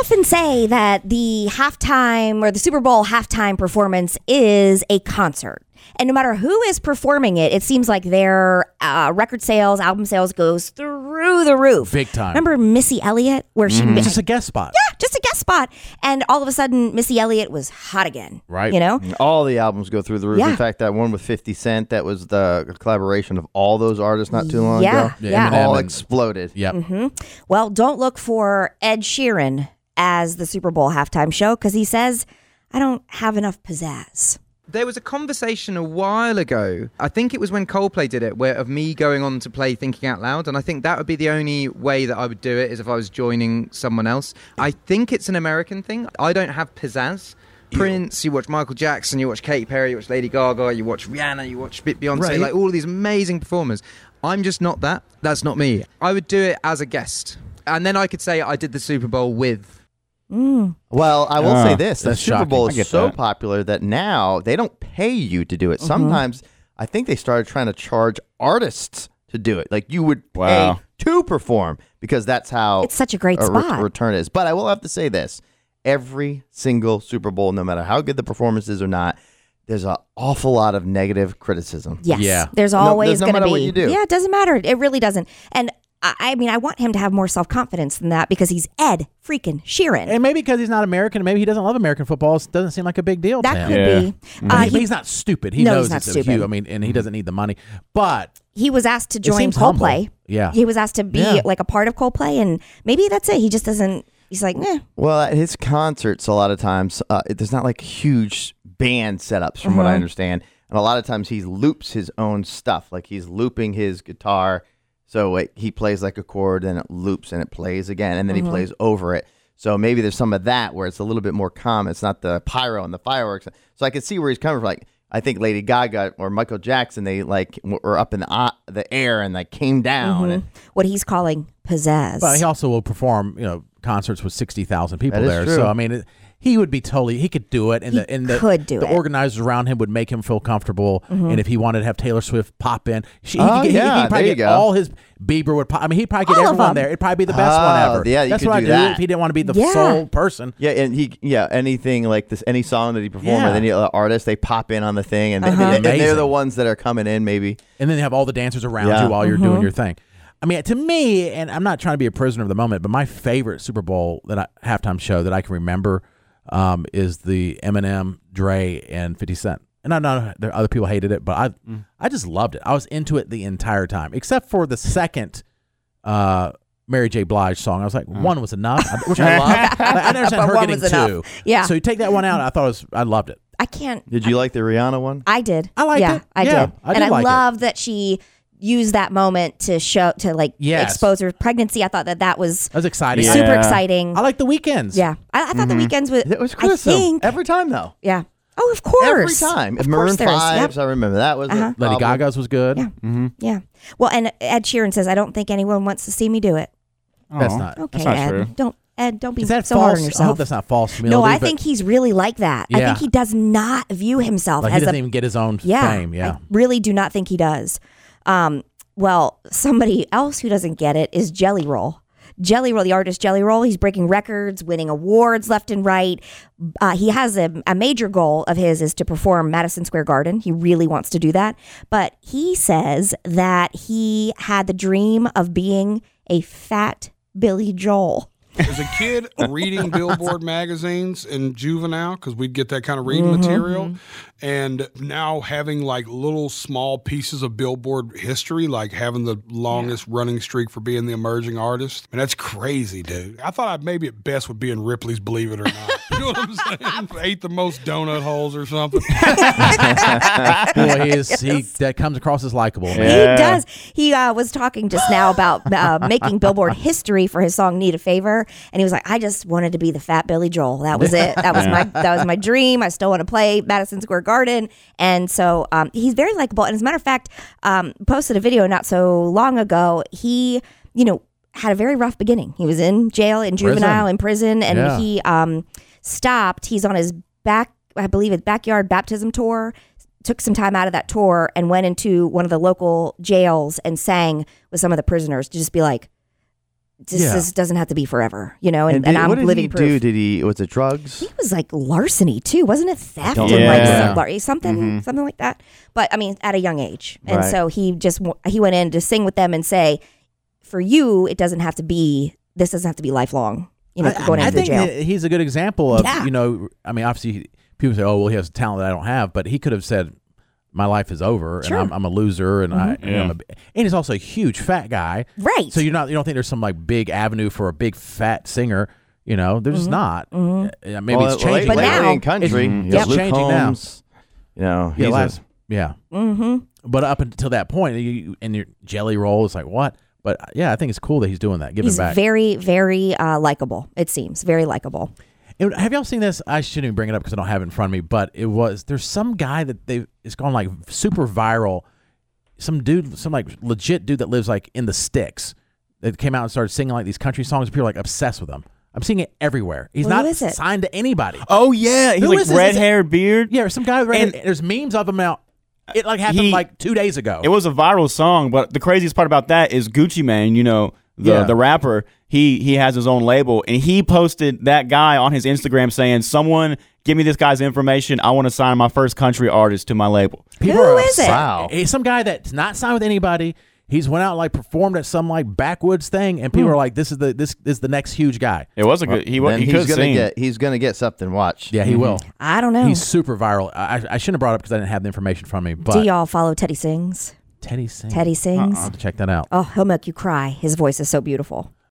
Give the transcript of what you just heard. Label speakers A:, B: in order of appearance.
A: often say that the halftime or the Super Bowl halftime performance is a concert. And no matter who is performing it, it seems like their uh, record sales, album sales goes through the roof.
B: Big time. Mm-hmm.
A: Remember Missy Elliott, where she
B: It's just a guest spot. Yeah.
A: just a guest spot, and all of a sudden Missy Elliott was hot again.
B: Right. Mm-hmm.
A: You know.
C: All the albums go through the roof.
A: Yeah.
C: In fact, that one with 50 Cent, that was the collaboration of all those artists not too long
A: Yeah,
C: ago.
A: Yeah, yeah.
B: Eminem
C: All
B: and-
C: exploded.
B: Yep.
A: Mm-hmm. Well, don't look for Ed Sheeran as the Super Bowl halftime show because he says, "I don't have enough pizzazz."
D: There was a conversation a while ago. I think it was when Coldplay did it, where of me going on to play Thinking Out Loud, and I think that would be the only way that I would do it is if I was joining someone else. I think it's an American thing. I don't have pizzazz. Prince, you watch Michael Jackson, you watch Katy Perry, you watch Lady Gaga, you watch Rihanna, you watch Bit Beyonce,
B: Right.
D: like all these amazing performers. I'm just not that. That's not me. I would do it as a guest, and then I could say I did the Super Bowl with.
C: Well, I will
E: Ah,
C: say this: the
B: that's
C: Super
B: shocking.
C: Bowl
E: I get
C: is so
E: that.
C: popular that now they don't pay you to do it.
A: Mm-hmm.
C: Sometimes I think they started trying to charge artists to do it. Like you would
E: Wow.
C: pay to perform because that's how
A: It's such a great
C: re-
A: spot.
C: return is. But I will have to say this: every single Super Bowl, no matter how good the performance is or not, there's an awful lot of negative criticism.
A: Yes.
B: Yeah.
A: There's
C: No-
A: always
C: there's no
A: going to
C: matter
A: be.
C: what you do.
A: Yeah, it doesn't matter. It really doesn't. And I, I mean, I want him to have more self confidence than that because he's Ed freaking Sheeran.
B: And maybe because he's not American, maybe he doesn't love American football. It doesn't seem like a big deal. to
A: that
B: him.
A: could
E: Yeah. Mm-hmm.
A: be.
B: I
A: Uh,
B: mean, but
A: he,
B: he's not stupid. He
A: No,
B: knows
A: he's not
B: it's a
A: stupid. Mm-hmm.
B: huge- I mean, and he doesn't need the money. But
A: he was asked to join
B: seems humble.
A: Coldplay.
B: Yeah.
A: He was asked to be
B: Yeah.
A: like a part of Coldplay, and maybe that's it. He just doesn't. He's like, eh.
C: Well, at his concerts, a lot of times uh, it- there's not like huge band setups, from what I understand, and a lot of times he loops his own stuff. Like he's looping his guitar, so like, he plays like a chord, and it loops, and it plays again, and then he plays over it. So maybe there's some of that where it's a little bit more calm. It's not the pyro and the fireworks. So I can see where he's coming from. Like I think Lady Gaga or Michael Jackson, they like w- were up in the uh, the air and like came down. And
A: what he's calling pizzazz.
B: but he also will perform, you know, concerts with sixty thousand people
C: That is
B: there.
C: true.
B: So I mean, it, he would be totally. He could do it, and
A: He
B: the and the,
A: could do
B: the
A: it. Mm-hmm.
B: organizers around him would make him feel comfortable. And if he wanted to have Taylor Swift pop in, she, he
C: Oh,
B: could get, he-
C: yeah,
B: he'd probably
C: there you
B: get
C: go.
B: all his Bieber would. Pop, I mean, he'd probably get
A: All of
B: everyone
A: them.
B: there. It'd probably be the best one
C: Oh,
B: ever.
C: yeah, you
B: that's
C: could
B: what I
C: do
B: do
C: that.
B: if he didn't want to be the
A: Yeah.
B: sole person.
C: Yeah, and he yeah anything like this any song that he performed
B: Yeah.
C: with any other artist they pop in on the thing and, they,
B: Uh-huh.
C: and they're
B: Amazing.
C: the ones that are coming in maybe.
B: and then they have all the dancers around
C: Yeah.
B: you while you're
A: Mm-hmm.
B: doing your thing. I mean, to me, and I'm not trying to be a prisoner of the moment, but my favorite Super Bowl that I, halftime show that I can remember um, is the Eminem, Dre, and 50 Cent. And I know there other people hated it, but I
A: Mm.
B: I just loved it. I was into it the entire time, except for the second uh, Mary J. Blige song. I was like, one was enough, I- which I love. Like, I understand
A: Mm. But
B: her
A: one
B: getting
A: was
B: two.
A: enough. Yeah.
B: So you take that one out. I thought it was, I loved it.
A: I can't.
C: Did you like the Rihanna one?
A: I did.
B: I liked
A: yeah,
B: it.
A: I
B: Yeah,
A: did.
B: I
A: and
B: did
A: I
B: like it.
A: love that she used that moment to show to like
B: Yes.
A: expose her pregnancy. I thought that that was
B: That was exciting.
E: Yeah.
A: super exciting.
B: I like the weekends.
A: yeah,
B: Mm-hmm.
A: I, I thought the weekends was.
C: It was
A: I
C: criticism
A: think.
C: every time though.
A: yeah. Oh, of course.
C: Every time.
A: Of
C: Maroon
A: course there is. Yep.
C: Fives, I remember that was a
B: Lady
C: problem.
B: Gaga's was good.
A: Yeah. Yeah. Well, and Ed Sheeran says, "I don't think anyone wants to see me do it."
B: That's
E: Aw.
B: not-
A: Okay,
E: That's not
A: Ed.
E: true.
A: Don't Ed. Don't Oh, be
B: Is that
A: so hard on
B: false? I hope
A: yourself.
B: that's not false humility.
A: no, I
B: but,
A: think he's really like that. I
B: Yeah.
A: think he does not view himself
B: like, he
A: as a
B: doesn't even get his own
A: yeah,
B: fame. Yeah,
A: I really do not think he does. Um, well, somebody else who doesn't get it is Jelly Roll. Jelly Roll, the artist Jelly Roll, he's breaking records, winning awards left and right. Uh, he has a, a major goal of his is to perform Madison Square Garden. He really wants to do that, but he says that he had the dream of being a fat Billy Joel.
F: As a kid, reading Billboard magazines in juvenile, because we'd get that kind of reading material, and now having like little small pieces of Billboard history, like having the longest running streak for being the emerging artist. And that's crazy, dude. I thought I'd maybe at best would be in Ripley's Believe It or Not. You know what I'm saying? Ate the most donut holes or something.
B: boy, he is. He that comes across as likable. man.
A: He
E: Yeah.
A: does. He uh, was talking just now about uh, making Billboard history for his song "Need a Favor," and he was like, "I just wanted to be the Fat Billy Joel. That was it. That was my that was my dream. I still want to play Madison Square Garden." And so um, he's very likable. And as a matter of fact, um, posted a video not so long ago. He, you know, had a very rough beginning. He was in jail, in juvenile, in prison, and
B: Yeah.
A: he um, stopped. He's on his back, I believe, his backyard baptism tour. Took some time out of that tour and went into one of the local jails and sang with some of the prisoners to just be like, this
B: Yeah.
A: is, doesn't have to be forever, you know. And, and,
C: did-
A: I'm
C: what did
A: living
C: he
A: proof.
C: do? Did he? Was it drugs?
A: It was like larceny too, wasn't it? Theft
C: don't
A: and like
C: Yeah.
A: some- lar- something,
B: Mm-hmm.
A: something like that. But I mean, at a young age, and
C: Right.
A: so he just w- he went in to sing with them and say, "For you, it doesn't have to be. This doesn't have to be lifelong. You know,
B: I,
A: going
B: I
A: into
B: think
A: jail."
B: that he's a good example of
A: Yeah.
B: you know. I mean, obviously, people say, "Oh, well, he has talent that I don't have," but he could have said, "My life is over,
A: Sure.
B: and I'm, I'm a loser," and I,
C: Mm-hmm.
B: you know, I'm a, and he's also a huge fat guy,
A: Right.
B: So you're not, you don't think there's some like big avenue for a big fat singer, you know? There's not. Uh, maybe
C: Well,
B: it's
A: Mm-hmm.
B: changing.
A: But
C: Lately
A: now-
C: in country,
B: Mhm.
C: you
B: Yep.
C: know, Luke
B: Changing now.
C: Holmes. You know,
B: yeah,
C: he's
B: last,
C: a,
B: yeah. Mm-hmm. But up until that point, you, and your jelly roll is like what? But uh, yeah, I think it's cool that he's doing that, giving
A: He's
B: back.
A: very, very uh, likable. It seems very likable.
B: And have y'all seen this? I shouldn't even bring it up because I don't have it in front of me. But it was there's some guy that they it's gone like super viral. Some dude, some like legit dude that lives like in the sticks that came out and started singing like these country songs. People are like obsessed with him. I'm seeing it everywhere. He's
A: Who
B: not
A: is it?
B: signed to anybody.
E: Oh yeah, he's
B: Who
E: like
B: is this?
E: red hair beard.
B: Yeah, some guy. Right
E: And-
B: there's memes of him out. It like happened
E: He-
B: like two days ago.
E: It was a viral song, but the craziest part about that is Gucci Mane, you know, the
B: Yeah.
E: the rapper, he he has his own label and he posted that guy on his Instagram saying, "Someone give me this guy's information. I want to sign my first country artist to my label."
B: People
A: Who
B: are
A: is it?
C: Wow.
B: It's Eh, some guy that's not signed with anybody. He's went out like performed at some like backwoods thing, and
A: Hmm.
B: people are like, "This is the this is the next huge guy."
E: It was a good he wa-
C: then
E: he
C: he's
E: could
C: gonna
E: sing.
C: get he's gonna get something. Watch.
B: Yeah, he will.
A: I don't know.
B: He's super viral. I, I shouldn't have brought it up because I didn't have the information from me.
A: Do
B: But
A: y'all follow Teddy Sings?
B: Teddy sings.
A: Teddy Sings.
B: Uh-uh. I'll have to check that out.
A: Oh, he'll make you cry. His voice is so beautiful.